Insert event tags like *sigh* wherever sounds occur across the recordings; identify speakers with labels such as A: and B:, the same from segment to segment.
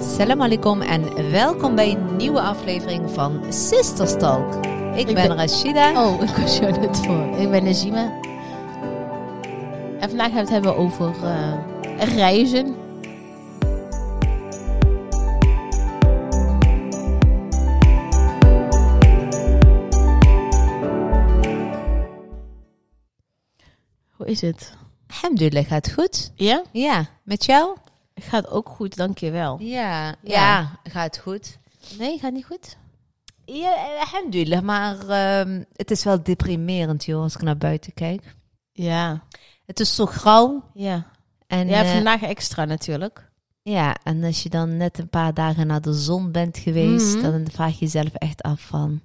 A: Salam alaikum en welkom bij een nieuwe aflevering van Sisters Talk. Ik,
B: Ik
A: ben
B: ben-
A: Rashida.
B: Oh, *laughs* ik was jou net voor. Ik ben Najima. En vandaag gaan we het hebben over eh, reizen. Hoe is het?
A: Alhamdulillah, gaat goed?
B: Ja?
A: Ja, met jou?
B: Gaat ook goed, dankjewel.
A: Ja, ja. gaat goed.
B: Nee, gaat niet goed?
A: Ja, eh, alhamdulillah, maar ehm, het is wel deprimerend joh, als ik naar buiten kijk.
B: Ja.
A: Het is zo grauw.
B: Ja,
A: En,
B: ja
A: eh,
B: vandaag extra natuurlijk.
A: ja, en als je dan net een paar dagen naar de zon bent geweest,
B: Mhm.
A: dan vraag je jezelf echt af van...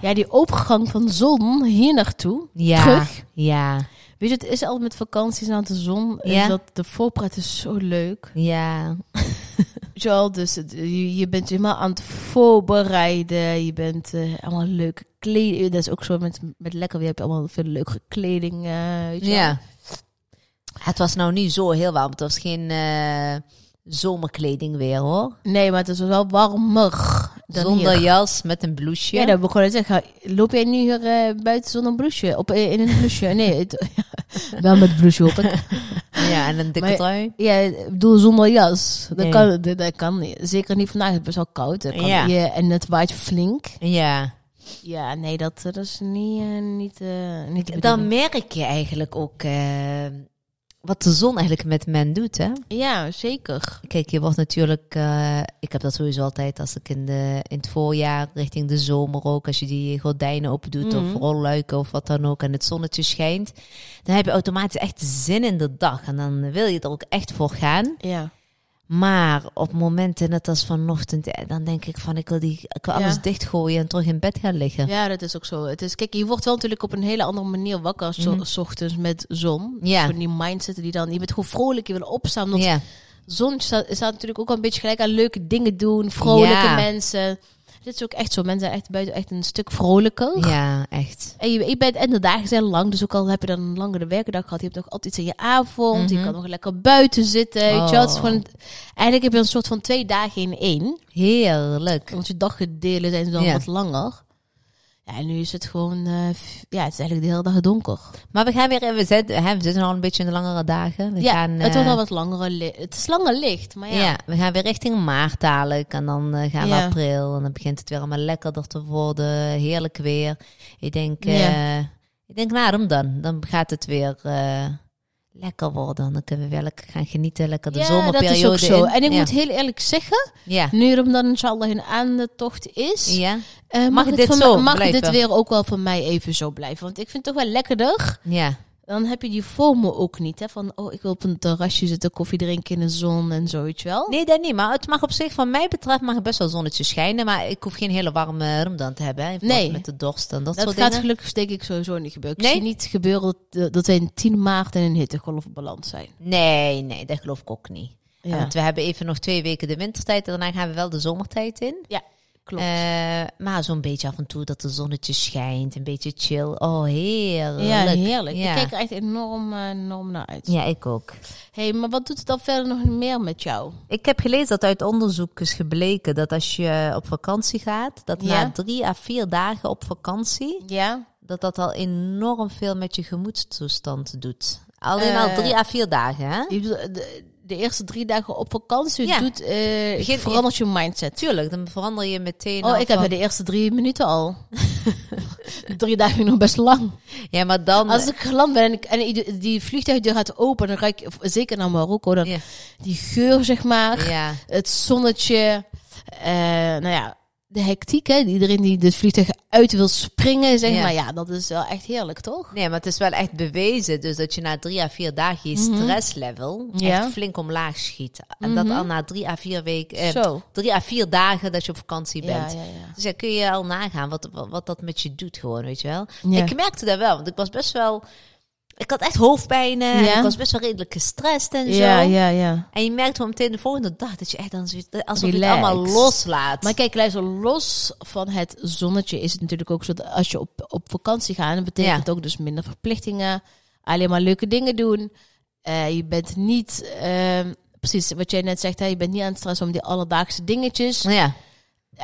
B: Ja, die overgang van zon hier naartoe,
A: Ja,
B: terug,
A: ja,
B: Weet je, het is altijd met vakanties aan de zon.
A: Ja.
B: Is dat de voorpret is zo leuk.
A: ja,
B: Weet je wel, dus het- je, je bent helemaal aan het voorbereiden. Je bent eh, allemaal leuke kleding. Dat is ook zo met, met lekker weer. Heb je allemaal veel leuke kleding. eh, weet je wel.
A: Ja. Het was nou niet zo heel warm. Het was geen eh, zomerkleding weer hoor.
B: Nee, maar het is wel warmer dan
A: Zonder
B: hier.
A: jas met een blouseje.
B: Ja, dat wil ik gewoon zeggen. Loop jij nu hier eh, buiten zonder bloesje? Op, eh, in een bloesje?
A: *laughs*
B: Nee, het- *laughs* wel met bloesje op.
A: Ja, en een dikke
B: Maar-
A: trui.
B: Ja, ik bedoel zonder jas. Dat,
A: Nee.
B: kan, dat, dat kan niet. Zeker niet vandaag. Het is best wel koud. Dat kan-
A: Ja.
B: ja, en het waait flink.
A: Ja.
B: Ja, nee, dat, dat is niet, eh, niet, eh, niet de
A: Dan
B: bedoeling.
A: merk je eigenlijk ook eh, wat de zon eigenlijk met men doet. Hè?
B: Ja, zeker.
A: Kijk, je wordt natuurlijk... eh, ik heb dat sowieso altijd als ik in, de, in het voorjaar richting de zomer ook... Als je die gordijnen open doet
B: Mhm.
A: of rolluiken of wat dan ook... En het zonnetje schijnt. Dan heb je automatisch echt zin in de dag. En dan wil je er ook echt voor gaan.
B: Ja.
A: Maar op momenten, net als vanochtend, eh, dan denk ik van ik wil, die, ik wil
B: Ja.
A: alles dichtgooien en terug in bed gaan liggen. Ja,
B: ja, dat is ook zo. Het is, kijk, je wordt wel natuurlijk op een hele andere manier wakker als zo-
A: Mhm.
B: s ochtends met zon.
A: Ja.
B: Gewoon die mindset die dan... Je bent gewoon vrolijk, je wil opstaan. Want
A: ja.
B: zon staat, staat natuurlijk ook wel een beetje gelijk aan leuke dingen doen. Vrolijke
A: Ja.
B: mensen. Dit is ook echt zo. Mensen zijn echt buiten echt een stuk vrolijker.
A: echt.
B: En, je, je bent, en de dagen zijn lang, dus ook al heb je dan een langere werkdag gehad, je hebt nog altijd iets in je avond, je
A: Mhm.
B: kan nog lekker buiten zitten. Weet je wel. Het is
A: Oh.
B: gewoon, eigenlijk heb je een soort van twee dagen in één,
A: Heerlijk.
B: want je daggedelen zijn dan
A: Ja.
B: wat langer. Ja, en nu is het gewoon, eh, f- ja, het is eigenlijk de hele dag donker.
A: Maar we gaan weer, we zitten, hè, we zitten al een beetje in de langere dagen. We
B: ja,
A: gaan,
B: het wordt
A: eh,
B: al wat langere li- Het is langer licht, maar ja.
A: ja. we gaan weer richting maart dadelijk. En dan eh, gaan we
B: Ja.
A: april. En dan begint het weer allemaal lekkerder te worden. Heerlijk weer. Ik denk, eh, ik denk nou, dan dan. Dan gaat het weer eh, lekker worden. Dan kunnen we weer lekker gaan genieten. Lekker de
B: Ja, dat
A: zomerperiode
B: is ook zo.
A: in.
B: En ik
A: ja.
B: moet heel eerlijk zeggen,
A: Ja.
B: nu er dan inshallah een aantocht is,
A: Ja.
B: eh, mag,
A: Mag
B: het
A: dit
B: van
A: zo
B: mij- mag dit
A: blijven?
B: weer ook wel van mij even zo blijven. Want ik vind het toch wel lekkerder.
A: ja.
B: dan heb je die FOMO ook niet. Hè? Van, oh, ik wil op een terrasje zitten, koffie drinken in de zon en zo, weet je wel?
A: Nee, dat niet. Maar het mag op zich, van mij betreft, mag het best wel zonnetje schijnen. Maar ik hoef geen hele warme Ramadan te hebben. Hè, in verband
B: Nee.
A: Met de dorst en dat,
B: dat
A: soort
B: gaat
A: dingen.
B: gelukkig denk ik sowieso niet gebeuren. Ik
A: Nee?
B: zie niet gebeuren dat, eh, dat we in 10 maart in een hittegolfbalans zijn.
A: Nee, nee, dat geloof ik ook niet.
B: Ja,
A: Want we hebben even nog twee weken de wintertijd. En daarna gaan we wel de zomertijd in.
B: klopt.
A: Eh, maar zo'n beetje af en toe dat de zonnetje schijnt. Een beetje chill. Oh, heerlijk.
B: ja, heerlijk.
A: Ja.
B: Ik kijk er echt enorm, eh, enorm naar uit.
A: Ja, ik ook.
B: hey, maar wat doet het dan verder nog meer met jou?
A: Ik heb gelezen dat uit onderzoek is gebleken dat als je op vakantie gaat, dat na
B: Ja.
A: drie à vier dagen op vakantie,
B: Ja?
A: dat dat al enorm veel met je gemoedstoestand doet. Alleen al
B: Eh,
A: drie à vier dagen, hè?
B: Je bedoelt, de, de eerste drie dagen op vakantie
A: Ja.
B: doet, eh,
A: Begin-
B: verandert je mindset.
A: Tuurlijk, dan verander je meteen.
B: Oh,
A: al
B: ik heb
A: van-
B: de eerste drie minuten
A: *laughs*
B: al. *laughs* drie dagen nog best lang.
A: Ja, maar dan.
B: Als ik geland ben en, ik, en i- die vliegtuigdeur gaat open, dan ruik ik, of zeker naar Marokko, dan
A: Ja.
B: die geur, zeg maar,
A: Ja,
B: het zonnetje, eh, nou ja, de hectiek, hè, iedereen die het vliegtuig uit wil springen, zeg
A: Ja.
B: maar, ja, dat is wel echt heerlijk, toch?
A: nee, maar het is wel echt bewezen. Dus dat je na drie à vier dagen je stresslevel
B: Ja.
A: echt flink omlaag schiet. En dat al na drie à vier weken. eh,
B: Zo.
A: drie à vier dagen dat je op vakantie
B: Ja,
A: bent.
B: ja, ja.
A: Dus dan kun je al nagaan wat, wat, wat dat met je doet gewoon, weet je wel.
B: Ja.
A: Ik merkte dat wel, want ik was best wel... Ik had echt hoofdpijnen en
B: Ja.
A: ik was best wel redelijk gestrest en zo.
B: Ja, ja, ja.
A: En je merkt gewoon meteen de volgende dag dat je echt dan zoiets, alsof je het
B: Relax.
A: allemaal loslaat.
B: Maar kijk, luister, los van het zonnetje is het natuurlijk ook zo dat als je op, op vakantie gaat, dan betekent
A: Ja.
B: het ook dus minder verplichtingen, alleen maar leuke dingen doen. Eh, je bent niet ehm, precies wat jij net zegt, hè, je bent niet aan het stressen om die alledaagse dingetjes.
A: Ja.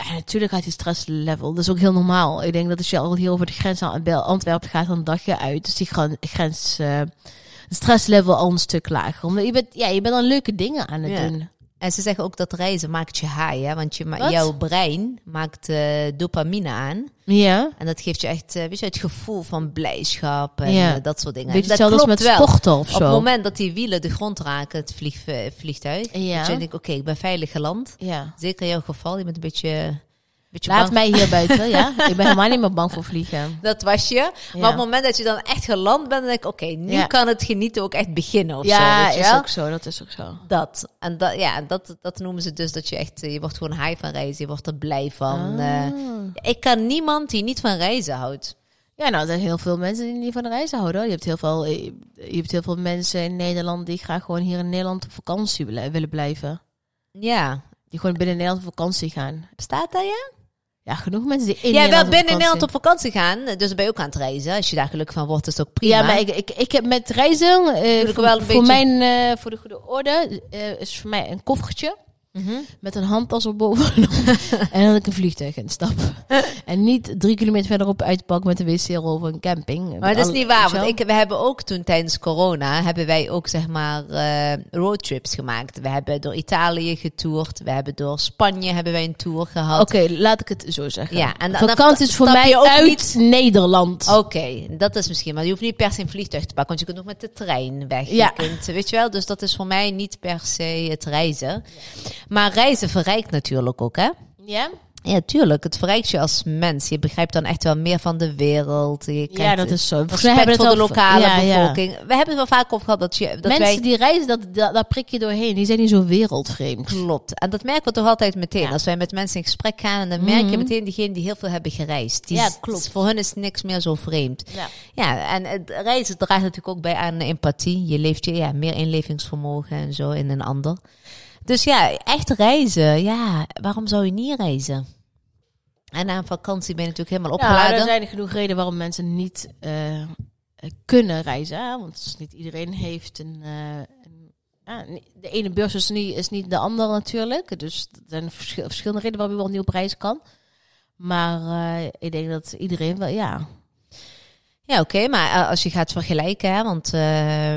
B: Ja, natuurlijk gaat die stresslevel. Dat is ook heel normaal. Ik denk dat als je al hier over de grens aan bij Antwerpen gaat, dan dag je uit. Dus die gran- grens, eh het stresslevel al een stuk lager. Omdat je bent, ja, je bent dan leuke dingen aan het
A: Ja.
B: doen.
A: En ze zeggen ook dat reizen maakt je high, hè? want je ma-
B: Wat?
A: jouw brein maakt eh, dopamine aan.
B: Ja.
A: En dat geeft je echt eh, weet je, het gevoel van blijdschap en
B: Ja.
A: eh, dat soort dingen.
B: Weet je
A: dat
B: hetzelfde als
A: klopt
B: met
A: wel.
B: sporten of
A: Op het
B: zo?
A: moment dat die wielen de grond raken, het vlieg- eh, vliegtuig,
B: Ja.
A: dat je denkt, oké, ik ben veilig geland.
B: Ja.
A: Zeker in jouw geval, je bent een beetje, een beetje bang.
B: Laat mij hier buiten, *laughs* ja. Ik ben helemaal niet meer bang voor vliegen.
A: Dat was je. Maar
B: Ja.
A: op het moment dat je dan echt geland bent, dan denk ik, oké, nu
B: Ja.
A: kan het genieten ook echt beginnen of zo.
B: ja,
A: weet je
B: is
A: wel?
B: ook zo. Dat is ook zo.
A: Dat. En dat, ja, dat, dat noemen ze dus dat je echt, eh, je wordt gewoon high van reizen, je wordt er blij van.
B: Ah.
A: eh. ik kan niemand die niet van reizen houdt.
B: Ja, nou, er zijn heel veel mensen die niet van de reizen houden. hoor. Je hebt heel veel, eh, je hebt heel veel mensen in Nederland die graag gewoon hier in Nederland op vakantie willen willen blijven.
A: Ja.
B: Die gewoon binnen Nederland op vakantie gaan.
A: Bestaat dat, ja?
B: Ja, genoeg mensen die
A: Jij
B: in Nederland
A: wel
B: op
A: binnen
B: vakantie-
A: Nederland op vakantie gaan, eh, dus ben je ook aan het reizen. Als je daar gelukkig van wordt, is het ook prima.
B: Ja, maar ik, ik, ik heb met reizen, eh,
A: Doe ik
B: voor,
A: wel een
B: voor
A: beetje-
B: mijn, eh, voor de goede orde, eh, is voor mij een koffertje
A: Mhm.
B: met een handtas erboven. *laughs* en dan ik een vliegtuig
A: *laughs*
B: instap. en niet drie kilometer verderop uitpak met een wc-rol of een camping. Met
A: Maar dat is
B: alle-
A: niet
B: weet
A: waar,
B: je
A: want
B: wel?
A: ik, we hebben ook toen tijdens corona, hebben wij ook zeg maar eh, roadtrips gemaakt. We hebben door Italië getoerd, we hebben door Spanje hebben wij een tour gehad.
B: Oké, laat ik het zo zeggen.
A: Ja, en dan-
B: vakantie
A: dan
B: is voor
A: stap je
B: mij
A: ook
B: uit
A: niet- Oh,
B: Nederland.
A: Oké, dat is misschien. Maar je hoeft niet per se een vliegtuig te pakken, want je kunt ook met de trein weg.
B: Ja.
A: Je kunt, weet je wel, dus dat is voor mij niet per se het reizen. Maar reizen verrijkt natuurlijk ook, hè?
B: Ja?
A: Ja, tuurlijk. Het verrijkt je als mens. Je begrijpt dan echt wel meer van de wereld. Je
B: ja,
A: krijgt
B: dat is zo. Volgens mij
A: Respect
B: hebben we
A: voor
B: het
A: de
B: al-
A: lokale
B: ja, ja.
A: bevolking. We hebben het wel vaak over gehad dat, je, dat
B: Mensen
A: wij...
B: die reizen, dat, dat, daar prik je doorheen. Die zijn niet zo wereldvreemd.
A: Klopt. En dat merken we toch altijd meteen.
B: Ja. Mhm.
A: Als wij met mensen in gesprek gaan, en dan merk je meteen diegenen die heel veel hebben gereisd. Die
B: Ja,
A: is-
B: klopt.
A: Voor hun is niks meer zo vreemd.
B: Ja.
A: Ja, en het reizen draagt natuurlijk ook bij aan empathie. Je leeft je ja, meer inlevingsvermogen en zo in een ander. Dus ja, echt reizen. Ja, waarom zou je niet reizen? En na een vakantie ben je natuurlijk helemaal
B: Ja,
A: opgeladen.
B: Nou, er zijn genoeg redenen waarom mensen niet eh, eh, kunnen reizen. hè. Want niet iedereen heeft een... eh, een- ja, ni- de ene beurs is niet, is niet de andere natuurlijk. Dus er zijn verschil- verschillende redenen waarom iemand niet op reis kan. Maar eh, ik denk dat iedereen wel... Ja,
A: Ja, oké, maar eh, als je gaat vergelijken, hè, want eh,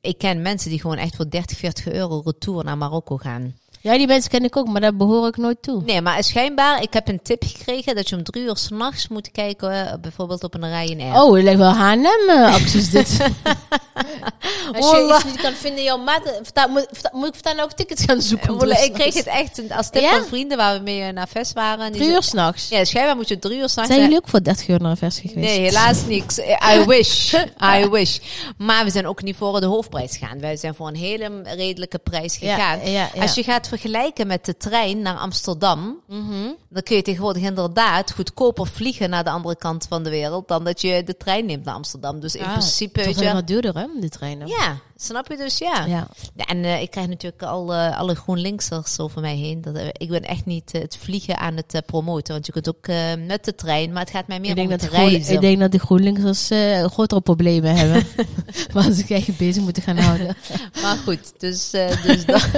A: ik ken mensen die gewoon echt voor 30, 40 euro retour naar Marokko gaan.
B: ja die mensen ken ik ook, maar daar behoor ik nooit toe.
A: Nee, maar schijnbaar, ik heb een tip gekregen dat je om drie uur s'nachts moet kijken, eh, bijvoorbeeld op een Ryanair.
B: Oh, het lijkt wel H&M-acties dit. *laughs* Als je
A: Wallah.
B: iets niet kan vinden in jouw maat, verta- moet, verta- moet ik vertaan ook tickets gaan
A: Eh,
B: zoeken?
A: Wolle,
B: Dus
A: ik kreeg
B: *laughs*
A: het echt als tip
B: Ja?
A: van vrienden waar we mee eh, naar Ves waren. En die
B: Drie
A: zei-
B: uur s'nachts.
A: Ja, schijnbaar moet je drie uur s'nachts... eh,
B: Zijn jullie ook voor 30 uur naar een versie geweest?
A: Nee, helaas niks. I
B: *laughs*
A: wish. I wish. Maar we zijn ook niet voor de hoofdprijs gegaan. Wij zijn voor een hele redelijke prijs
B: Ja,
A: gegaan.
B: ja, ja.
A: Als je gaat vergelijken met de trein naar Amsterdam,
B: Mhm.
A: dan kun je tegenwoordig inderdaad goedkoper vliegen naar de andere kant van de wereld dan dat je de trein neemt naar Amsterdam. Dus in
B: Ah,
A: principe,
B: Toch
A: weet
B: wel
A: je.
B: wat duurder, hè, die treinen.
A: Ja, snap je dus? Ja.
B: Ja.
A: Ja, En eh, ik krijg natuurlijk al, eh, alle GroenLinksers over mij heen. Dat, eh, ik ben echt niet eh, het vliegen aan het eh, promoten. Want je kunt ook eh, met de trein, maar het gaat mij meer
B: Ik, denk
A: om
B: dat
A: het
B: de Groen,
A: reizen.
B: ik denk dat de GroenLinksers eh, grotere problemen hebben.
A: *laughs*
B: *laughs* waar ze zich echt bezig moeten gaan houden.
A: Maar goed, dus, eh, dus dat. *laughs*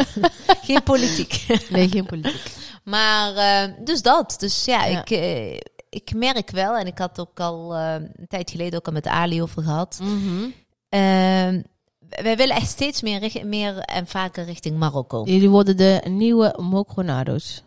A: geen politiek.
B: Nee, geen politiek.
A: Maar eh, dus dat. Dus ja,
B: Ja.
A: Ik, eh, ik merk wel, en ik had ook al eh, een tijd geleden ook al met Ali over gehad.
B: Mhm.
A: Ehm, wij willen echt steeds meer, richt- meer en vaker richting Marokko.
B: Jullie worden de nieuwe Mocronado's.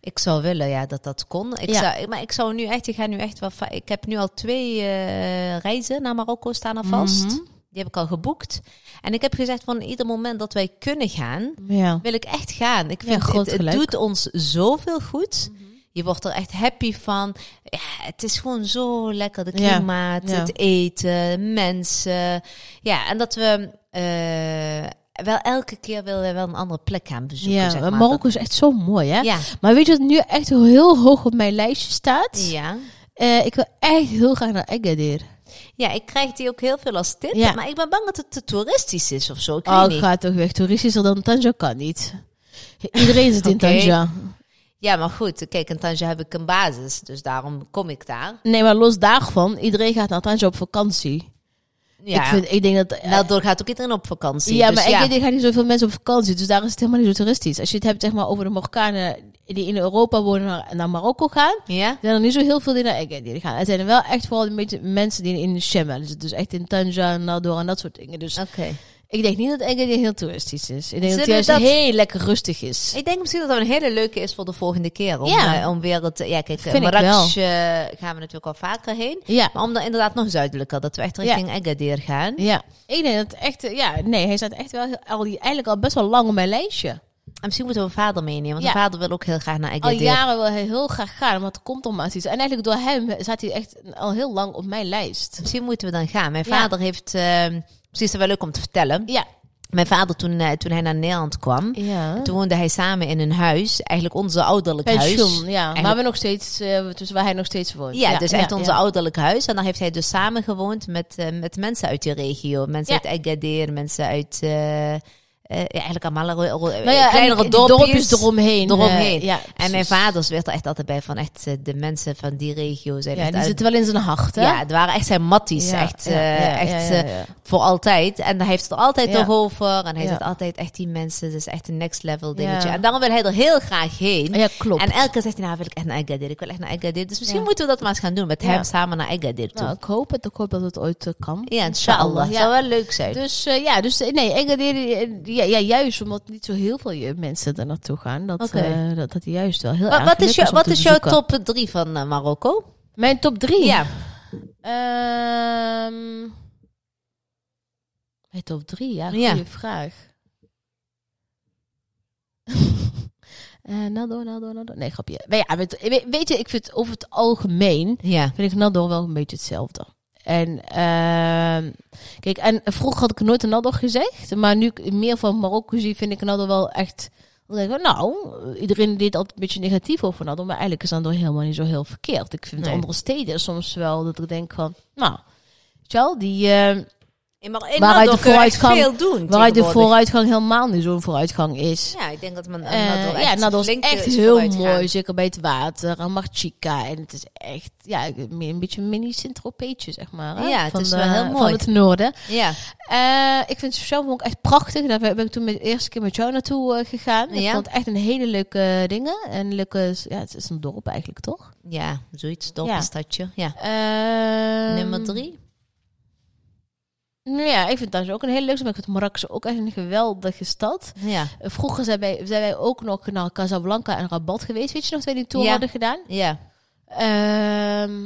A: Ik zou willen, ja, dat dat kon. Ik
B: Ja.
A: zou, maar ik zou nu echt, ik ga nu echt wel. va- Ik heb nu al twee eh, reizen naar Marokko staan er vast.
B: Mhm.
A: Die heb ik al geboekt. En ik heb gezegd van ieder moment dat wij kunnen gaan,
B: Ja.
A: wil ik echt gaan. Ik
B: Ja,
A: vind
B: groot Mhm.
A: het, het
B: gelijk.
A: doet ons zoveel goed. Je wordt er echt happy van. Ja, het is gewoon zo lekker. De
B: Ja,
A: klimaat,
B: ja.
A: het eten, mensen. Ja, en dat we eh, wel elke keer willen we wel een andere plek gaan bezoeken.
B: Ja,
A: zeg
B: maar
A: maar.
B: Marokko is echt zo mooi, hè?
A: Ja.
B: Maar weet je wat nu echt heel hoog op mijn lijstje staat?
A: Ja.
B: Eh, ik wil echt heel graag naar Agadir.
A: ja, ik krijg die ook heel veel als tip.
B: Ja.
A: Maar ik ben bang dat het te toeristisch is of zo. Ik weet
B: Oh,
A: niet.
B: ga toch weg. Toeristischer dan Tanja kan niet. Iedereen zit in
A: *laughs* Oké.
B: Tanja.
A: Ja, maar goed. Kijk, in Tangier heb ik een basis. Dus daarom kom ik daar.
B: Nee, maar los daarvan, iedereen gaat naar Tanja op vakantie.
A: Ja.
B: Ik, vind, ik denk dat... eh,
A: Daardoor gaat ook iedereen op vakantie.
B: ja,
A: dus
B: maar
A: ja.
B: ik denk, er gaan niet zoveel mensen op vakantie. Dus daar is het helemaal niet zo toeristisch. Als je het hebt zeg maar, over de Marokkanen die in Europa wonen en naar, naar Marokko gaan...
A: Ja?
B: zijn er niet zo heel veel die naar Agadir gaan. Het zijn er wel echt vooral een beetje mensen die in Shem zitten. Dus echt in Tanja en Nador en dat soort dingen. Dus
A: Oké.
B: ik denk niet dat Agadir heel toeristisch is. Ik denk dat
A: Zullen
B: het juist
A: we dat-
B: heel lekker rustig is.
A: Ik denk misschien dat dat een hele leuke is voor de volgende keer. Om,
B: Ja.
A: eh, om weer het... Ja, kijk, eh,
B: Vind ik
A: Marrakesh eh, gaan we natuurlijk al vaker heen.
B: Ja.
A: Maar om dan inderdaad nog zuidelijker, dat we echt richting Agadir gaan.
B: Ja, ik denk dat echt, eh, ja, nee, hij staat echt wel heel- al, die- eigenlijk al best wel lang op mijn lijstje.
A: En misschien moeten we mijn vader meenemen, want
B: Ja. Oh,
A: mijn vader wil ook heel graag naar
B: Al
A: Agadir.
B: jaren wil hij heel graag gaan, maar het komt om iets. En eigenlijk door hem staat hij echt al heel lang op mijn lijst.
A: Misschien moeten we dan gaan. Mijn
B: Ja.
A: vader heeft... ehm misschien is dat wel leuk om te vertellen.
B: Ja.
A: Mijn vader, toen, eh, toen hij naar Nederland kwam...
B: Ja.
A: Toen woonde hij samen in een huis, eigenlijk onze ouderlijk huis.
B: Pensioen, ja.
A: Eigenlijk-
B: Maar we nog steeds, eh, dus waar hij nog steeds woont.
A: Ja, dus echt
B: ja,
A: onze
B: ja.
A: ouderlijk huis. En daar heeft hij dus samen gewoond met, eh, met mensen uit die regio. Mensen
B: Ja.
A: uit Agadir, mensen uit eh, eh, ja, eigenlijk allemaal ro- ro-
B: Nou ja,
A: kleinere
B: en die
A: dorpjes.
B: eromheen.
A: eromheen.
B: eh, ja,
A: en mijn
B: precies.
A: vader werd er echt altijd bij van echt eh, de mensen van die regio. Zijn
B: Ja,
A: echt
B: die
A: uit-
B: zit wel in zijn hart, hè?
A: ja, het waren echt zijn matties.
B: Ja,
A: echt
B: ja,
A: eh,
B: ja,
A: echt
B: ja, ja,
A: eh,
B: ja.
A: voor altijd. En hij heeft het er altijd
B: Ja.
A: nog over. En hij
B: Ja.
A: zegt altijd echt die mensen. Dat is echt een next level dingetje.
B: Ja.
A: En daarom wil hij er heel graag heen.
B: Oh Ja, klopt.
A: En elke keer zegt hij, nou wil ik echt naar Agadir. Ik wil echt naar Agadir. Dus misschien
B: Ja.
A: moeten we dat maar eens gaan doen. Met
B: Ja.
A: hem samen naar Agadir toe.
B: Nou, ik hoop het. Ik hoop dat het ooit eh, kan.
A: ja, inshallah.
B: Ja.
A: Zou wel leuk zijn.
B: Dus eh, ja, dus eh, nee, Engedeer, ja, ja, juist omdat niet zo heel veel je- mensen er naartoe gaan, dat,
A: Oké.
B: eh, dat, dat die juist wel heel
A: Wa-
B: erg
A: wat
B: leuk
A: is, jou,
B: om
A: wat
B: te
A: is jouw
B: bezoeken.
A: top 3 van eh, Marokko?
B: Mijn top drie?
A: Ja.
B: Ehm, mijn top drie, ja, goede
A: Ja.
B: vraag. *laughs* Eh Nador, Nador, Nador. Nee, grapje. Maar ja, weet, weet- weet je, ik vind over het algemeen
A: Ja.
B: vind ik Nador wel een beetje hetzelfde. En ehm, kijk, en vroeger had ik nooit een Nador gezegd, maar nu ik meer van Marokko zie, vind ik Nador wel echt. dan denk ik, Nou, iedereen deed altijd een beetje negatief over Nador, maar eigenlijk is Nador helemaal niet zo heel verkeerd. Ik vind
A: Nee.
B: andere steden soms wel dat ik denk van, nou, weet je wel, die eh,
A: In Mar- in
B: Waaruit de
A: Nador kun je echt
B: vooruitgang-
A: veel doen
B: waaruit de
A: tegenwoordig.
B: vooruitgang helemaal niet zo'n vooruitgang is.
A: Ja, ik denk dat men
B: Eh,
A: Nador echt
B: ja, Nador is
A: flink, eh,
B: echt
A: is
B: heel
A: vooruitgegaan.
B: mooi, zeker bij het water en Marchica. En het is echt, ja, meer een beetje een mini Sint-Tropeetje, zeg maar. hè,
A: Ja, het
B: van
A: is
B: de-
A: wel heel
B: Van
A: mooi.
B: het noorden.
A: Ja.
B: Eh, ik vind Sofia ook echt prachtig. Daar ben ik toen met, de eerste keer met jou naartoe eh, gegaan. Ik
A: Ja.
B: vond het echt een hele leuke eh, dingen. En leuke, ja, het is een dorp eigenlijk, toch?
A: ja, zoiets. Dorp,
B: Ja.
A: een stadje. Ja.
B: Ehm,
A: Nummer 3?
B: Nou ja, ik vind Tangier ook een hele leuke. Maar ik vind Marrakesh ook echt een geweldige stad.
A: Ja.
B: Eh, Vroeger zijn wij, zijn wij ook nog naar Casablanca en Rabat geweest. Weet je nog, twee die tour
A: Ja.
B: hadden gedaan?
A: Ja.
B: Ehm,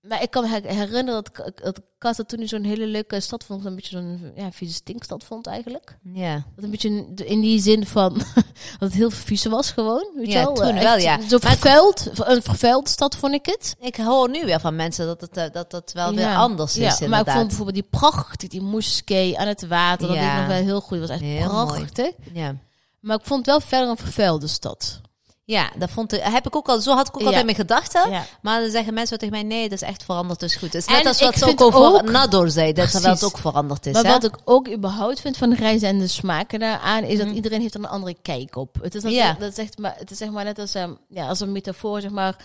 B: maar ik kan me her- herinneren dat, Ka- dat Kata toen hij zo'n hele leuke stad vond. Een beetje zo'n ja, vieze stinkstad vond eigenlijk.
A: Ja.
B: Dat een beetje in- in die zin van *laughs* dat het heel vies was gewoon. Weet
A: Ja,
B: je wel? Eh,
A: toen
B: Echt
A: wel, ja.
B: Zo
A: Maar ik-
B: vervuild, een vervuild stad vond ik het.
A: Ik hoor nu weer van mensen dat het, eh, dat, dat wel weer
B: Ja.
A: anders is.
B: Ja, maar ik
A: inderdaad.
B: vond bijvoorbeeld die prachtig, die moeskee aan het water. Dat
A: Ja.
B: deed ik nog wel heel goed. Dat was echt
A: Heel mooi.
B: prachtig.
A: ja.
B: Maar ik vond het wel verder een vervuilde stad.
A: Ja, dat vond ik, heb ik ook al, zo had ik ook
B: Ja.
A: altijd mijn gedachten.
B: Ja.
A: Maar dan zeggen mensen tegen mij, nee, dat is echt veranderd, dus goed. Het is net
B: En
A: als wat
B: ik
A: ze ook
B: vind
A: over
B: ook-
A: Nador zei, dat er wel
B: Precies.
A: het ook veranderd is.
B: Maar
A: Dus, hè?
B: wat ik ook überhaupt vind van de reizen en de smaken daaraan, is dat iedereen heeft er een andere kijk op. Het is, dat,
A: Mhm. Ja.
B: dat is echt maar, het is zeg maar net als, ehm, ja, als een metafoor, zeg maar,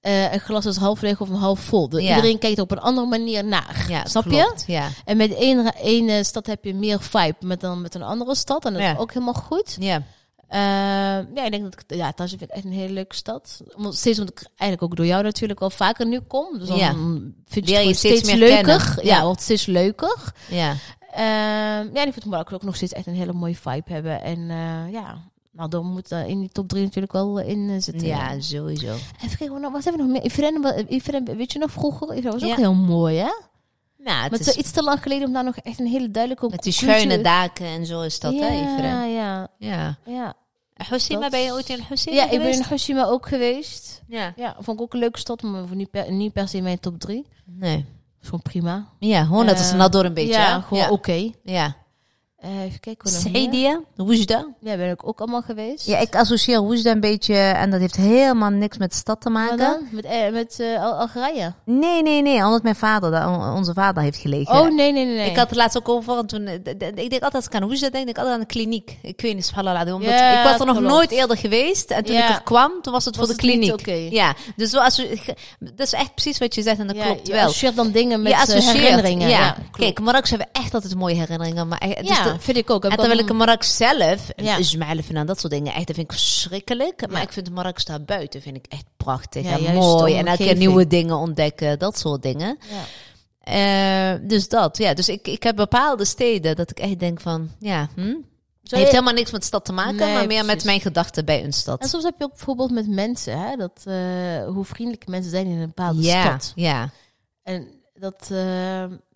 B: eh, een glas is half leeg of een half vol. De-
A: Ja.
B: Iedereen kijkt er op een andere manier naar.
A: ja,
B: snap je?
A: klopt, Ja,
B: En met één ene stad heb je meer vibe met dan met een andere stad. En dat
A: Ja.
B: is ook helemaal goed.
A: ja.
B: Eh, ja, ik denk dat ik, ja, Tangier vind ik echt een hele leuke stad. Omdat, steeds omdat ik eigenlijk ook door jou natuurlijk wel vaker nu kom. Dus dan
A: Ja. Leer
B: vind
A: je
B: je het gewoon
A: steeds
B: steeds,
A: meer
B: leuker.
A: kennen. Ja.
B: Ja, wordt steeds leuker.
A: ja.
B: Ehm, ja, en ik vind Marokko ook nog steeds echt een hele mooie vibe hebben. En eh, ja, nou, dan moet eh, in die top 3 natuurlijk wel eh, in eh, zitten.
A: ja sowieso.
B: Even kijken, nou, wat hebben we nog meer? Ifren, wa- eh, Ifren, weet je nog vroeger? Ifren was ook
A: Ja.
B: heel mooi, hè?
A: Nou, het
B: Maar het
A: is-
B: is iets te lang geleden om daar nog echt een hele duidelijke
A: met die
B: conclusie-
A: schuine daken en zo is dat,
B: ja,
A: hè, Ifren?
B: Ja,
A: Ja.
B: ja.
A: Hossima,
B: Dat-
A: ben je ooit in Hossima
B: Ja, ik ben
A: geweest?
B: in Hoshima ook geweest.
A: Ja.
B: Ja, vond ik ook een leuke stad, maar niet per, niet per se in mijn top 3.
A: Nee.
B: Is gewoon prima.
A: Ja, gewoon net als
B: Eh,
A: Nador een beetje,
B: Ja,
A: hè?
B: gewoon
A: ja.
B: oké.
A: Ja.
B: Eh, Eh, even kijken hoe nog meer.
A: Saidia, Woesda.
B: Ja, ben ik ook allemaal geweest.
A: Ja, ik associeer Woesda een beetje, en dat heeft helemaal niks met stad te
B: Maar
A: maken.
B: dan? Met, eh, met eh, Al- Algerije?
A: Nee, nee, nee, omdat mijn vader, daar- on- onze vader heeft gelegen.
B: Oh, nee, nee, nee. nee.
A: Ik had het laatst ook over, en toen, eh, d- d- ik denk altijd als ik aan Woesda denk, denk ik altijd aan de kliniek. Ik weet niet, subhanallah, omdat
B: Ja,
A: ik was er nog
B: klopt.
A: nooit eerder geweest. En toen
B: Ja.
A: ik er kwam, toen was het
B: Was
A: voor de
B: het niet
A: kliniek.
B: oké?
A: Ja, dus zo als, dat is echt precies wat je zegt en dat
B: Ja,
A: klopt
B: je
A: wel.
B: associeert dan dingen met
A: je
B: eh,
A: associeert,
B: herinneringen.
A: Ja.
B: klopt.
A: Kijk, Marokko hebben echt altijd mooie herinneringen. Maar, echt- dus
B: ja,
A: de-
B: vind ik ook. Heb
A: en terwijl ik in Marokko zelf,
B: Ja.
A: ja. en dat soort dingen, echt, dat vind ik verschrikkelijk. Maar
B: Ja.
A: ik vind Marokko daar buiten vind ik echt prachtig
B: Ja,
A: en
B: juist de
A: mooi. En elke keer
B: omgeving.
A: nieuwe dingen ontdekken, dat soort dingen.
B: Ja.
A: Eh, dus dat, ja. Dus ik, ik heb bepaalde steden dat ik echt denk van, ja, hm?
B: Zo
A: heeft
B: je-
A: helemaal niks met stad te maken,
B: Nee,
A: maar meer
B: precies.
A: met mijn gedachten bij een
B: En
A: stad.
B: soms heb je ook bijvoorbeeld met mensen, hè, dat, eh, hoe vriendelijk mensen zijn in een bepaalde
A: Ja,
B: stad.
A: ja.
B: En dat eh,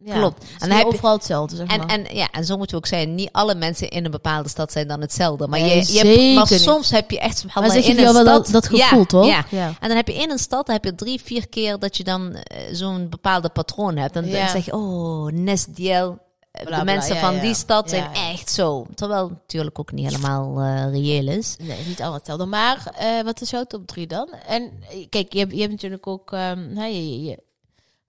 B: ja,
A: Klopt.
B: is
A: En dan
B: niet
A: heb je-
B: overal hetzelfde. Zeg
A: En,
B: maar.
A: en, ja, en zo moeten we ook zijn. Niet alle mensen in een bepaalde stad zijn dan hetzelfde. Maar,
B: Nee,
A: je, je hebt, maar
B: zeker niet.
A: soms heb je echt subhanallah,
B: maar zeg je
A: in een
B: wel
A: stad.
B: dat, dat gevoel,
A: ja,
B: toch?
A: Ja.
B: ja.
A: En dan heb je in een stad dan heb je drie, vier keer dat je dan eh, zo'n bepaalde patroon hebt. En
B: Ja.
A: dan zeg je, oh, Nesdiel. Eh,
B: Bla, bla,
A: de mensen
B: ja,
A: van
B: ja.
A: die stad
B: Ja,
A: zijn
B: ja.
A: echt zo. Terwijl het natuurlijk ook niet helemaal eh, reëel is.
B: Nee, niet allemaal hetzelfde. Maar eh, wat is jouw top 3 dan? En eh, kijk, je hebt, je hebt natuurlijk ook... ehm hè, je, je- je-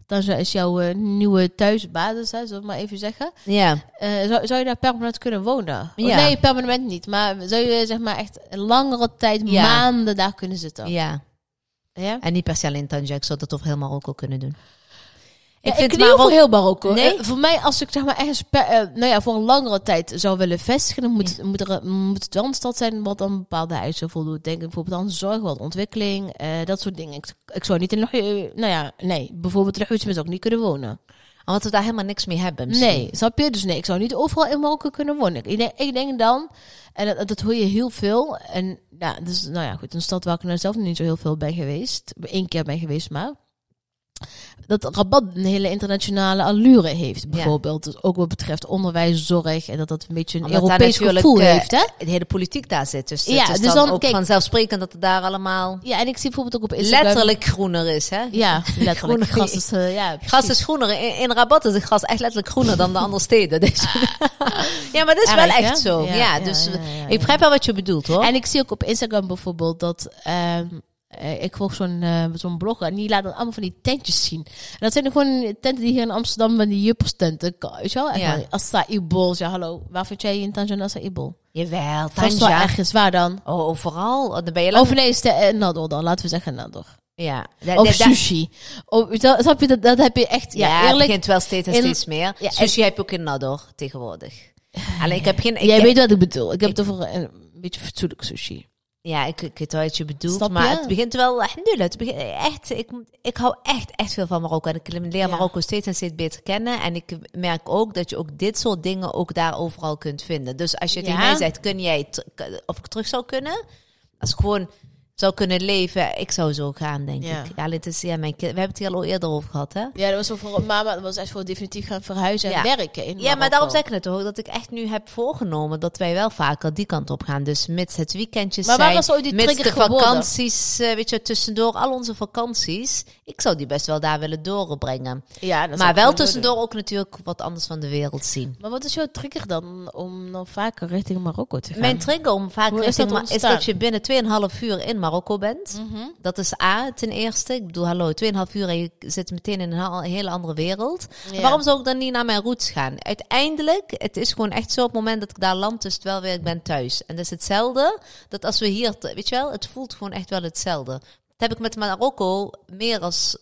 B: Tangier is jouw eh, nieuwe thuisbasis, hè, zullen we het maar even zeggen.
A: Ja.
B: Eh, zou, zou je daar permanent kunnen wonen? Oh,
A: Ja.
B: nee, permanent niet. Maar zou je zeg maar echt een langere tijd,
A: Ja.
B: maanden daar kunnen zitten? Ja?
A: ja.
B: Ja,
A: En niet per se alleen Tangier. Ik zou dat over heel Marokko kunnen doen.
B: Ik
A: vind
B: vind het
A: Marokko-
B: voor heel Marokko.
A: Nee?
B: Eh, voor mij, als ik zeg maar ergens per- eh, nou ja, voor een langere tijd zou willen vestigen, dan moet, moet, er, moet het wel een stad zijn wat aan bepaalde eisen voldoet. Denk ik bijvoorbeeld aan zorg, wat ontwikkeling, eh, dat soort dingen. Ik, ik zou niet in nog, nou ja, nee, bijvoorbeeld Lehuitsmit ook niet kunnen wonen.
A: Omdat Ah, we daar helemaal niks mee hebben. misschien.
B: Nee, snap je? Dus nee, ik zou niet overal in Marokko kunnen wonen. Ik denk, ik denk dan, en dat, dat hoor je heel veel. En ja, dus, nou ja, goed, een stad waar ik nou zelf nog niet zo heel veel ben geweest. Eén keer ben geweest, maar. Dat Rabat een hele internationale allure heeft, bijvoorbeeld. Dus ook wat betreft onderwijs, zorg. En dat dat een beetje een
A: Omdat daar
B: Europees
A: natuurlijk,
B: gevoel
A: eh,
B: heeft, hè?
A: De hele politiek daar zit. Dus
B: Ja,
A: het is
B: dus
A: dan,
B: dan-
A: ook
B: kijk-
A: vanzelfsprekend dat het daar allemaal
B: Ja, en ik zie bijvoorbeeld ook op Instagram...
A: letterlijk groener is. Hè?
B: *laughs* Ja, letterlijk.
A: Groene-
B: Gras is, eh, ja,
A: Gras is groener. In, in Rabat is het gras echt letterlijk groener dan de andere steden. *laughs* Dus- ja, maar dat is wel
B: Erg, hè?
A: echt zo.
B: Ja,
A: Ja,
B: ja,
A: dus
B: ja, ja, ja.
A: ik begrijp wel wat je bedoelt hoor.
B: En ik zie ook op Instagram bijvoorbeeld dat. ehm, eh, ik volg zo'n eh, zo'n blogger en die laat dan allemaal van die tentjes zien. En dat zijn dan gewoon tenten die hier in Amsterdam van die juppers tenten. Weet je wel?
A: Ja.
B: Ja. Acai bowl. Ja, hallo. Waar vind jij in Tanzania een acai bowl?
A: Jawel,
B: Vast wel
A: Tanja.
B: ergens. Waar dan?
A: Oh, overal. Oh, Dan ben je lang...
B: Of nee, is de, eh, Nador dan. Laten we zeggen Nador.
A: ja.
B: Of sushi. Of, weet je wel, snap je, dat, dat heb je echt... Ja,
A: Ja, het
B: eerlijk.
A: begint wel steeds en
B: in-
A: steeds meer.
B: Ja, en-
A: Sushi heb je ook in Nador tegenwoordig. Alleen ik heb geen... Ik,
B: jij weet wat ik bedoel. Ik heb het over een beetje fatsoenlijk sushi.
A: Ja, ik, ik weet wel wat je bedoelt,
B: Snap
A: maar
B: je?
A: het begint wel... alhamdulillah, Het begint echt, ik, moet- ik hou echt, echt veel van Marokko. En ik leer
B: Ja.
A: Marokko steeds en steeds beter kennen. En ik merk ook dat je ook dit soort dingen ook daar overal kunt vinden. Dus als je
B: Ja.
A: tegen mij zegt, kun jij... t- k- Of ik terug zou kunnen? Als ik gewoon zou kunnen leven, ik zou zo gaan, denk
B: Ja.
A: ik. Ja, dit is, ja mijn kind, we hebben het hier al eerder over gehad, hè?
B: Ja, dat was wel voor mama. Dat was echt voor definitief gaan verhuizen en
A: Ja.
B: werken in
A: Ja, maar daarom
B: Marokko.
A: zeg ik het ook, dat ik echt nu heb voorgenomen dat wij wel vaker die kant op gaan. Dus mits het weekendjes
B: Maar waar
A: zijn,
B: was ooit die
A: mits
B: trigger
A: de
B: geworden?
A: vakanties, eh, weet je, tussendoor al onze vakanties. Ik zou die best wel daar willen doorbrengen.
B: Ja, dat
A: maar
B: zou ik
A: wel
B: sowieso
A: tussendoor ook natuurlijk wat anders van de wereld zien.
B: doen. Maar wat is jouw trigger dan om dan vaker richting Marokko te gaan?
A: Mijn trigger om vaak
B: Hoe is
A: richting
B: dat
A: Ma- is
B: ontstaan? Mhm.
A: dat je binnen 2,5 uur in Marokko bent. Dat is A ten eerste. Ik bedoel, hallo, 2,5 uur en je zit meteen in een ha- hele andere wereld.
B: Ja.
A: Waarom zou ik dan niet naar mijn roots gaan? Uiteindelijk, het is gewoon echt zo op het moment dat ik daar land, is het wel weer, ik ben thuis. En dat is hetzelfde dat als we hier, te- weet je wel, het voelt gewoon echt wel hetzelfde. Dat heb ik met Marokko meer als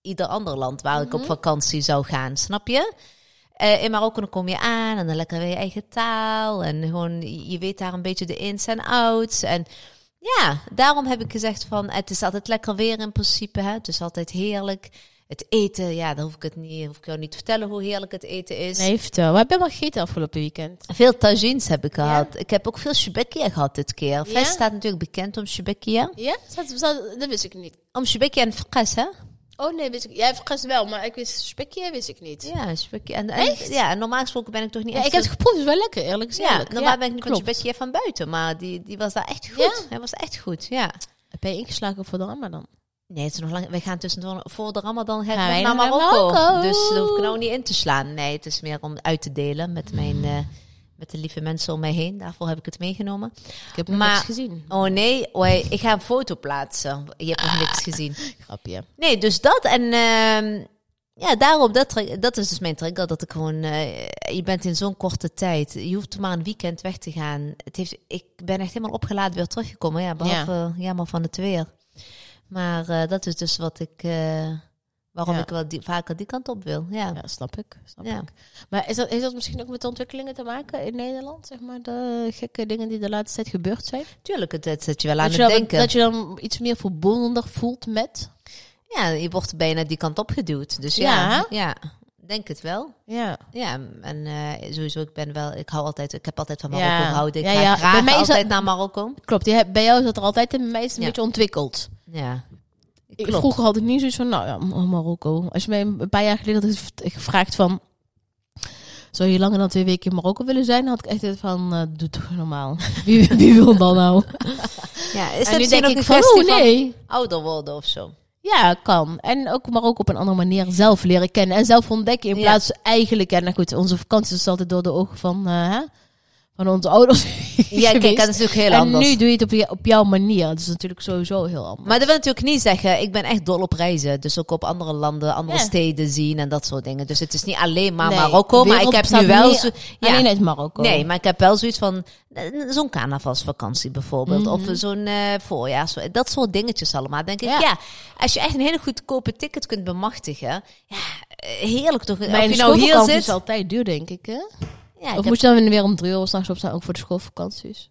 A: ieder ander land waar ik op
B: Mhm.
A: vakantie zou gaan, snap je? Eh, in Marokko dan kom je aan en dan lekker weer je eigen taal. En gewoon, je je weet daar een beetje de ins en outs. En ja, daarom heb ik gezegd van, het is altijd lekker weer in principe. Hè? Het is altijd heerlijk. Het eten, ja, dan hoef ik het niet, hoef ik jou niet te vertellen hoe heerlijk het eten is.
B: Nee, vertel. Wat heb je allemaal gegeten afgelopen weekend?
A: Veel tagines heb ik gehad. Ik heb ook veel Shebekia gehad dit keer. Fes
B: Ja?
A: staat natuurlijk bekend om Shebekia.
B: Ja? Dat, dat, dat wist ik niet.
A: Om Shebekia en Fkas, hè?
B: Oh nee, wist ik Jij vergast wel, maar ik wist spekje, wist ik niet. Ja,
A: Ja, Shebekia. En, en- ja, en normaal gesproken ben ik toch niet echt
B: ik
A: zo-
B: heb het geproefd. Het is wel lekker, eerlijk
A: Ja,
B: gezegd.
A: normaal ben ik niet met Shebekia van buiten. Maar die, die was daar echt goed.
B: Ja?
A: Hij was echt goed, ja.
B: Heb jij ingeslagen voor de ramadan?
A: Nee, het is nog lang. We gaan tussendoor voor de Ramadan ga ik
B: Gaan
A: nog
B: wij
A: naar
B: naar
A: Marokko.
B: Marokko.
A: Dus daar hoef ik nou niet in te slaan. Nee, het is meer om uit te delen met mijn eh, Met de lieve mensen om mij heen. Daarvoor heb ik het meegenomen.
B: Ik heb nog
A: Maar-
B: niks gezien.
A: Oh nee, oei, ik ga een foto plaatsen. Je hebt nog niks gezien.
B: Grapje.
A: Nee, dus dat en ehm, ja, daarom, dat, tri- dat is dus mijn trigger. Dat ik gewoon, eh, je bent in zo'n korte tijd, je hoeft maar een weekend weg te gaan. Het heeft, ik ben echt helemaal opgeladen weer teruggekomen, ja, behalve jammer van het weer. Maar eh, dat is dus wat ik, eh, waarom
B: Ja.
A: ik wel die, vaker die kant op wil. Ja.
B: Ja, snap ik. Snap
A: Ja.
B: ik. Maar is dat, heeft dat misschien ook met de ontwikkelingen te maken in Nederland? Zeg maar de gekke dingen die de laatste tijd gebeurd zijn?
A: Tuurlijk, het, het zet je wel aan
B: dat, je
A: het
B: dan,
A: denken.
B: dat je dan iets meer verbondener voelt met.
A: Ja, je wordt bijna die kant op geduwd. Dus ja,
B: Ja.
A: ja, denk het wel.
B: Ja,
A: Ja, en eh, sowieso, ik ben wel, ik hou altijd, ik heb altijd van
B: Ja.
A: Marokko gehouden. Ik
B: Ja,
A: ga
B: ja. Bij
A: graag
B: mij is dat-
A: altijd naar Marokko.
B: klopt. Je hebt- bij jou is dat er altijd een meest een
A: Ja.
B: beetje ontwikkeld.
A: Ja.
B: Ik,
A: Klopt.
B: vroeger had ik niet zoiets van, nou ja, oh, Marokko. Als je mij een paar jaar geleden had gev- gevraagd van... Zou je langer dan twee weken in Marokko willen zijn? Dan had ik echt het van, eh, doe toch normaal. *laughs* Wie, wie wil dat nou?
A: ja is
B: en nu denk ik
A: een
B: van,
A: kwestie
B: oh nee.
A: van ouder worden of zo?
B: Ja, kan. En ook Marokko op een andere manier zelf leren kennen. En zelf ontdekken in
A: Ja.
B: plaats eigenlijk... Ja, nou goed, onze vakantie is altijd door de ogen van, eh, hè, van onze ouders *laughs*
A: Ja, kijk,
B: geweest.
A: dat is natuurlijk heel
B: en
A: anders.
B: nu doe je het op, je, op jouw manier. Dat is natuurlijk sowieso heel anders.
A: Maar dat wil natuurlijk niet zeggen, ik ben echt dol op reizen. Dus ook op andere landen, andere
B: Ja.
A: steden zien en dat soort dingen. Dus het is niet alleen maar
B: Nee,
A: Marokko,
B: de
A: maar ik
B: wereld
A: heb nu
B: bestaat
A: wel...
B: niet
A: Zo, ja.
B: Alleen uit Marokko.
A: Nee, maar ik heb wel zoiets van eh, zo'n carnavalsvakantie bijvoorbeeld. Of zo'n eh voorjaars... Dat soort dingetjes allemaal. Denk ik,
B: Mhm. Ja.
A: ja. Als je echt een hele goedkope ticket kunt bemachtigen... Ja, eh, heerlijk toch?
B: Mijn
A: of je nou hier
B: is
A: zit...
B: altijd duur, denk ik. Hè?
A: Ja,
B: of
A: ik,
B: moet je dan weer om drie euro s'nachts opstaan, ook voor de schoolvakanties?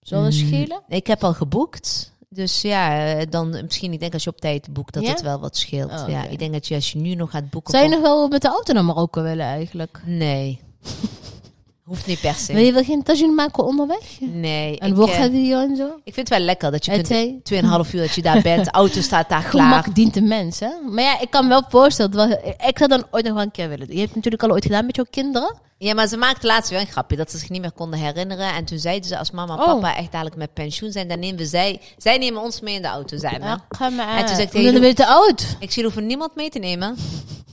B: Zal dat
A: Mm.
B: schelen?
A: heb, ik heb al geboekt. Dus ja, eh, dan misschien... Ik denk als je op tijd boekt, dat
B: Ja?
A: het wel wat scheelt.
B: Oh,
A: Ja,
B: oké.
A: ik denk dat je als je nu nog gaat boeken...
B: Zou je
A: voor-
B: nog wel met de auto naar Marokko willen eigenlijk? *laughs*
A: Nee. Hoeft niet per
B: Wil
A: se.
B: je wel geen tajine maken onderweg?
A: Nee.
B: En
A: ik, eh,
B: wochen die en zo?
A: ik vind het wel lekker dat je
B: En
A: kunt...
B: twee?
A: Tweeënhalf uur dat je daar bent. auto staat
B: *laughs*
A: daar klaar.
B: Gemak dient de mens, hè? Maar ja, ik kan me wel voorstellen. dat wel- ik zou dan ooit nog wel een keer willen. Je hebt het natuurlijk al ooit gedaan met jouw kinderen.
A: Ja, maar ze maakte laatst weer een grapje dat ze zich niet meer konden herinneren. En toen zeiden ze, als mama en
B: Oh.
A: papa echt dadelijk met pensioen zijn, dan nemen we zij... Zij nemen ons mee in de auto, zei we.
B: Ja, ga maar
A: En toen zei ik
B: We zijn
A: tegen-
B: weer te
A: *laughs*
B: oud.
A: Ik zie hoeven niemand mee te nemen.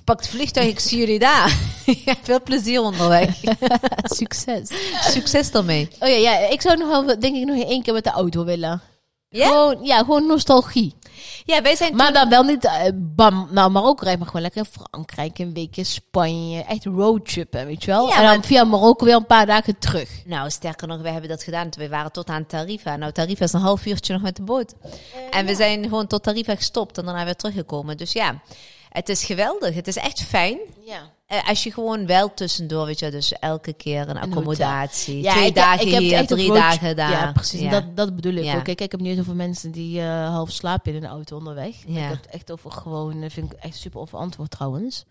A: Pak het vliegtuig, ik zie jullie daar. *laughs* Ja, Veel plezier onderweg. *laughs*
B: Succes.
A: Succes daarmee.
B: Oh ja, ja, ik zou nog wel, denk ik, nog één keer met de auto willen.
A: Ja?
B: Gewoon, ja, gewoon nostalgie.
A: Ja, wij zijn...
B: Maar dan wel niet eh, bam naar Marokko rijden, maar gewoon lekker in Frankrijk, een weekje Spanje. Echt roadtrippen, weet je wel.
A: Ja,
B: en dan
A: maar-
B: via Marokko weer een paar dagen terug.
A: Nou, sterker nog, we hebben dat gedaan. We waren tot aan Tarifa. Nou, Tarifa is een half uurtje nog met de boot.
B: Eh,
A: en we zijn gewoon tot Tarifa gestopt en daarna weer teruggekomen. Dus ja, het is geweldig. Het is echt fijn.
B: Ja.
A: Eh, Als je gewoon wel tussendoor, weet je, dus elke keer een accommodatie. Twee
B: ik-
A: dagen
B: ik heb
A: hier,
B: echt een
A: drie
B: road-
A: dagen daar.
B: Ja, precies.
A: Ja.
B: Dat, dat bedoel ik
A: Ja.
B: ook. Kijk, ik heb niet over mensen die eh, half slapen in een auto onderweg. Maar
A: Ja.
B: Ik heb het echt over gewoon, eh, vind ik echt super onverantwoord trouwens.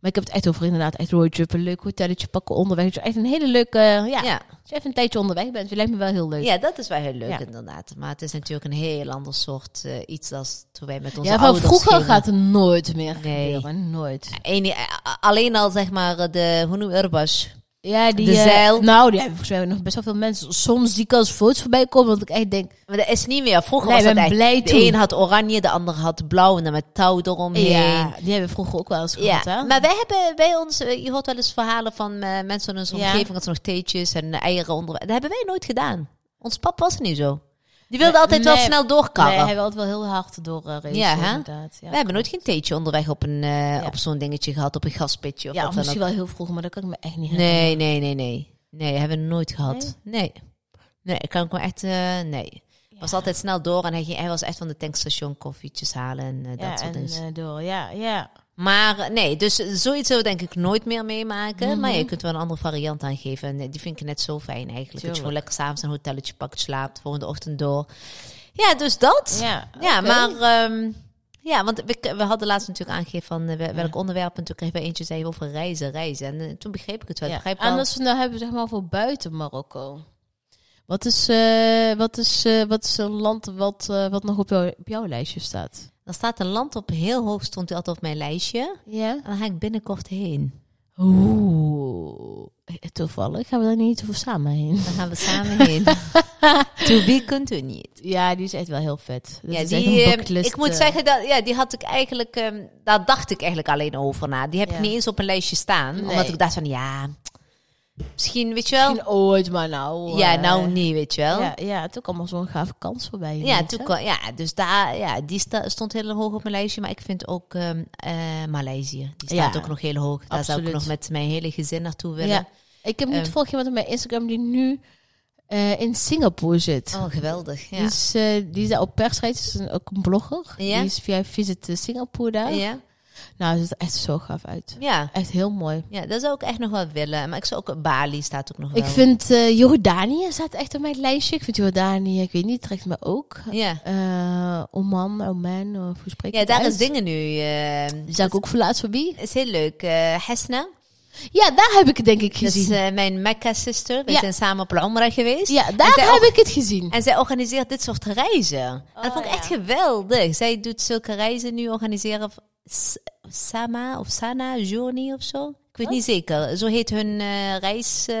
B: Maar ik heb het echt over inderdaad echt roadtrippen, leuk hotelletje pakken onderweg. Dus echt een hele leuke, eh, ja,
A: ja.
B: Als je even een tijdje onderweg bent, lijkt me wel heel leuk.
A: ja, dat is wel heel leuk
B: Ja.
A: inderdaad. Maar het is natuurlijk een heel ander soort eh, iets als toen wij met onze
B: Ja, van
A: ouders
B: vroeger
A: gingen.
B: gaat het nooit meer
A: Nee.
B: gebeuren. Nooit.
A: Eén- eh, alleen al zeg maar eh, de, hoe noem je Urbas?
B: Ja, die,
A: De
B: eh,
A: zeil.
B: nou, die hebben volgens mij nog best wel veel mensen. Soms zie ik als foto's voorbij komen, want ik echt denk...
A: Maar dat is niet meer. Vroeger
B: Nee,
A: was
B: ik
A: dat
B: ben
A: echt-
B: blij
A: De
B: toen.
A: een had oranje, de ander had blauw en dan met touw eromheen.
B: Ja, die hebben we vroeger ook wel eens
A: Ja,
B: gehad, hè?
A: maar wij hebben bij ons, eh, je hoort wel eens verhalen van eh, mensen in onze
B: Ja.
A: omgeving dat ze nog theetjes en eh, eieren onder. Dat hebben wij nooit gedaan. Ons pap was niet zo. Die wilde altijd wel
B: nee,
A: snel
B: Nee,
A: doorkarren.
B: hij wil altijd wel heel hard door eh, racen,
A: Ja, hè?
B: inderdaad. Ja,
A: we hebben nooit geen theetje onderweg op, een, eh,
B: Ja.
A: op zo'n dingetje gehad, op een gaspitje of
B: ja
A: wat
B: of
A: dan
B: misschien wel heel vroeg, maar dat kan ik me echt niet
A: ook.
B: herinneren.
A: Nee, nee, nee, nee. Nee, hebben we nooit gehad. Nee. Nee, ik kan ook wel echt, eh, nee. Was altijd snel door en hij, ging, hij was echt van de tankstation koffietjes halen en eh,
B: Ja,
A: dat soort
B: en
A: dingen.
B: eh, door, ja, ja.
A: Maar eh, nee, dus zoiets zou ik denk ik nooit meer meemaken.
B: Mhm.
A: Maar je kunt wel een andere variant aangeven. En eh, die vind ik net zo fijn eigenlijk. Dat je
B: Tuurlijk.
A: gewoon lekker s'avonds een hotelletje pakt, slaapt, volgende ochtend door. Ja, dus dat. Ja,
B: Ja, oké.
A: maar... ehm, ja, want we, we hadden laatst natuurlijk aangegeven van eh, wel- welk onderwerp. En toen kreeg we eentje zei over reizen, reizen. En eh, toen begreep ik het wel. Ik
B: Ja.
A: begrijp wel-
B: Anders nou hebben we zeg maar voor buiten Marokko. Wat is, eh, wat is, eh, wat is een land wat, eh, wat nog op, jou, op jouw lijstje staat?
A: Dan staat een land op heel hoog, stond hij altijd op mijn lijstje.
B: Ja.
A: En daar ga ik binnenkort heen.
B: Oeh.
A: Eh,
B: Toevallig gaan we daar niet voor samen heen.
A: Daar gaan we
B: *laughs*
A: samen heen. to be continued.
B: Ja, die is echt wel heel vet. Dat
A: Ja,
B: is
A: die,
B: echt een
A: ehm,
B: bucketlist,
A: ik moet
B: eh,
A: zeggen, dat, ja, die had ik eigenlijk, ehm, daar dacht ik eigenlijk alleen over na. Die heb
B: Ja.
A: ik niet eens op een lijstje staan.
B: Nee.
A: Omdat ik dacht van, ja, Misschien, weet je wel.
B: Misschien ooit, maar nou... eh,
A: ja, nou niet, weet je wel.
B: Ja,
A: Ja,
B: ja, toen kwam al zo'n gave kans voorbij. weet je.
A: toen kon, ja dus daar, ja, die sta- stond heel hoog op mijn lijstje. Maar ik vind ook ehm, eh, Maleisië. Die staat
B: Ja,
A: ook nog heel hoog. Daar zou ik
B: absoluut.
A: nog met mijn hele gezin naartoe willen.
B: Ja. Ik heb niet
A: Eh.
B: volg iemand op mijn Instagram die nu eh, in Singapore zit.
A: Oh, geweldig. Ja.
B: Die, is, eh, die is daar op persreis, is een, ook een blogger.
A: Ja.
B: Die is via Visit eh, Singapore daar.
A: ja.
B: Nou, het ziet er echt zo gaaf uit.
A: ja.
B: Echt heel mooi.
A: Ja, dat zou ik echt nog wel willen. Maar ik zou ook Bali staat ook nog wel.
B: Ik vind eh, Jordanië staat echt op mijn lijstje. Ik vind Jordanië, ik weet niet, trekt me ook.
A: Ja,
B: Eh, Oman, Oman, of hoe spreek je
A: ja
B: het
A: daar
B: uit?
A: is dingen nu. eh,
B: Die zou ik ook verlaatst voor wie?
A: is heel leuk. Eh Hesna,
B: Ja, daar heb ik het denk ik
A: dat is
B: gezien.
A: eh, mijn Mekka-sister. We
B: Ja.
A: zijn samen op de Omra geweest.
B: ja,
A: en
B: daar
A: zij
B: heb ik het
A: *laughs*
B: gezien.
A: En zij organiseert dit soort reizen. En dat
B: Oh,
A: vond ik echt
B: ja.
A: geweldig. Zij doet zulke reizen nu organiseren. v- S- Sama of Sana Journey of zo. Ik weet
B: Wat?
A: niet zeker. Zo heet hun eh, reis eh,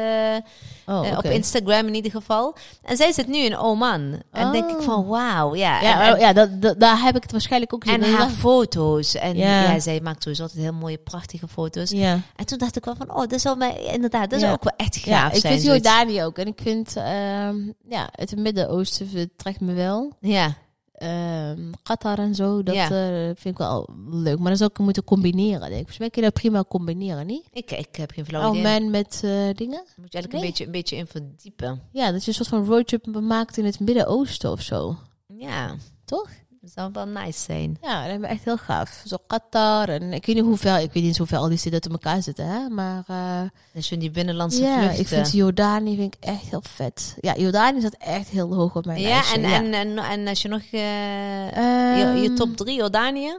B: Oh,
A: eh, op
B: oké.
A: Instagram in ieder geval. En zij zit nu in Oman. En denk ik van wauw. Ja, En-
B: Oh. Ja,
A: en-
B: oh, ja dat, dat- daar heb ik het waarschijnlijk ook gezien.
A: En haar foto's. En ja.
B: Ja.
A: zij maakt sowieso altijd heel mooie, prachtige foto's.
B: Ja.
A: En toen dacht ik wel van, oh, dat zou mij inderdaad, dat
B: Ja.
A: zou ook wel echt gaaf
B: Ja, ik
A: zijn.
B: vind
A: zoiets.
B: Jordanië ook. En ik vind ehm, ja, het Midden-Oosten v- trekt me wel.
A: Ja,
B: Ehm, Qatar en zo, dat
A: Ja.
B: eh, vind ik wel leuk. Maar dat zou ik moeten combineren, denk ik. Volgens mij kun je dat prima combineren, niet?
A: ik, ik heb geen flauw
B: Oh,
A: idee.
B: man met eh, dingen.
A: Moet je eigenlijk
B: Nee.
A: een, beetje, een beetje in verdiepen.
B: Ja, dat je een soort van roadtrip maakt in het Midden-Oosten of zo.
A: Ja.
B: Toch?
A: Dat zou wel nice zijn.
B: Ja, dat hebben we echt heel gaaf. Zo Qatar en ik weet niet hoeveel, ik weet niet hoeveel al die steden uit elkaar zitten, hè? Maar eh,
A: Dus van die binnenlandse
B: ja,
A: vluchten.
B: ik vind Jordanië vind ik echt heel vet. Ja, Jordanië staat echt heel hoog op mijn
A: ja,
B: lijstje.
A: en, En, en, en als je nog... eh,
B: Ehm,
A: je, je top 3 Jordanië?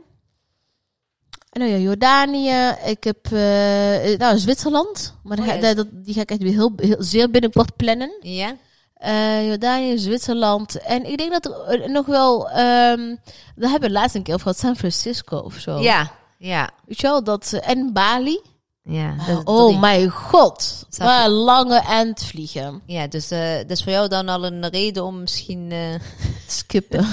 B: Nou ja, Jordanië. Ik heb eh, eh, nou, Zwitserland. Maar daar
A: Oh,
B: ga-
A: ja.
B: dat, die ga ik echt weer heel, heel zeer binnenkort plannen.
A: Ja.
B: Eh, Jordanië, Zwitserland. En ik denk dat er eh, nog wel... ehm daar hebben we laatst een keer over gehad. San Francisco of zo.
A: Ja. Ja.
B: Weet je wel? Dat, eh, en Bali.
A: Ja. dat is
B: oh
A: drie.
B: mijn god.
A: San-
B: Waar lange eind vliegen.
A: Ja, dus eh, dat is voor jou dan al een reden om misschien... eh,
B: Skippen. *laughs*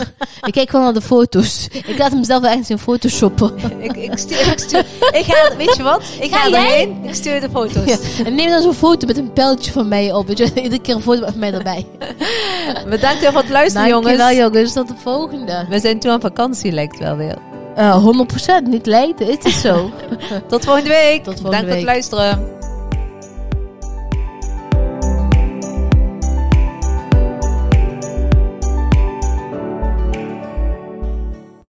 B: ik kijk wel naar de foto's. Ik laat hem zelf wel ergens in photoshoppen.
A: Ik, ik stuur, ik stuur. Ik ga, weet je wat? Ik ga
B: Ga jij?
A: erheen. Ik stuur de foto's.
B: Ja. En neem dan zo'n foto met een pijltje van mij op. Weet je wel? *laughs* Iedere keer een foto van mij erbij.
A: Bedankt weer voor het luisteren, jongens.
B: Dankjewel jongens, tot de volgende.
A: We zijn toe aan vakantie, lijkt wel weer.
B: Eh 100% niet leiden, het is zo. *laughs*
A: Tot volgende week. Bedankt
B: Tot volgende
A: voor het
B: week.
A: luisteren.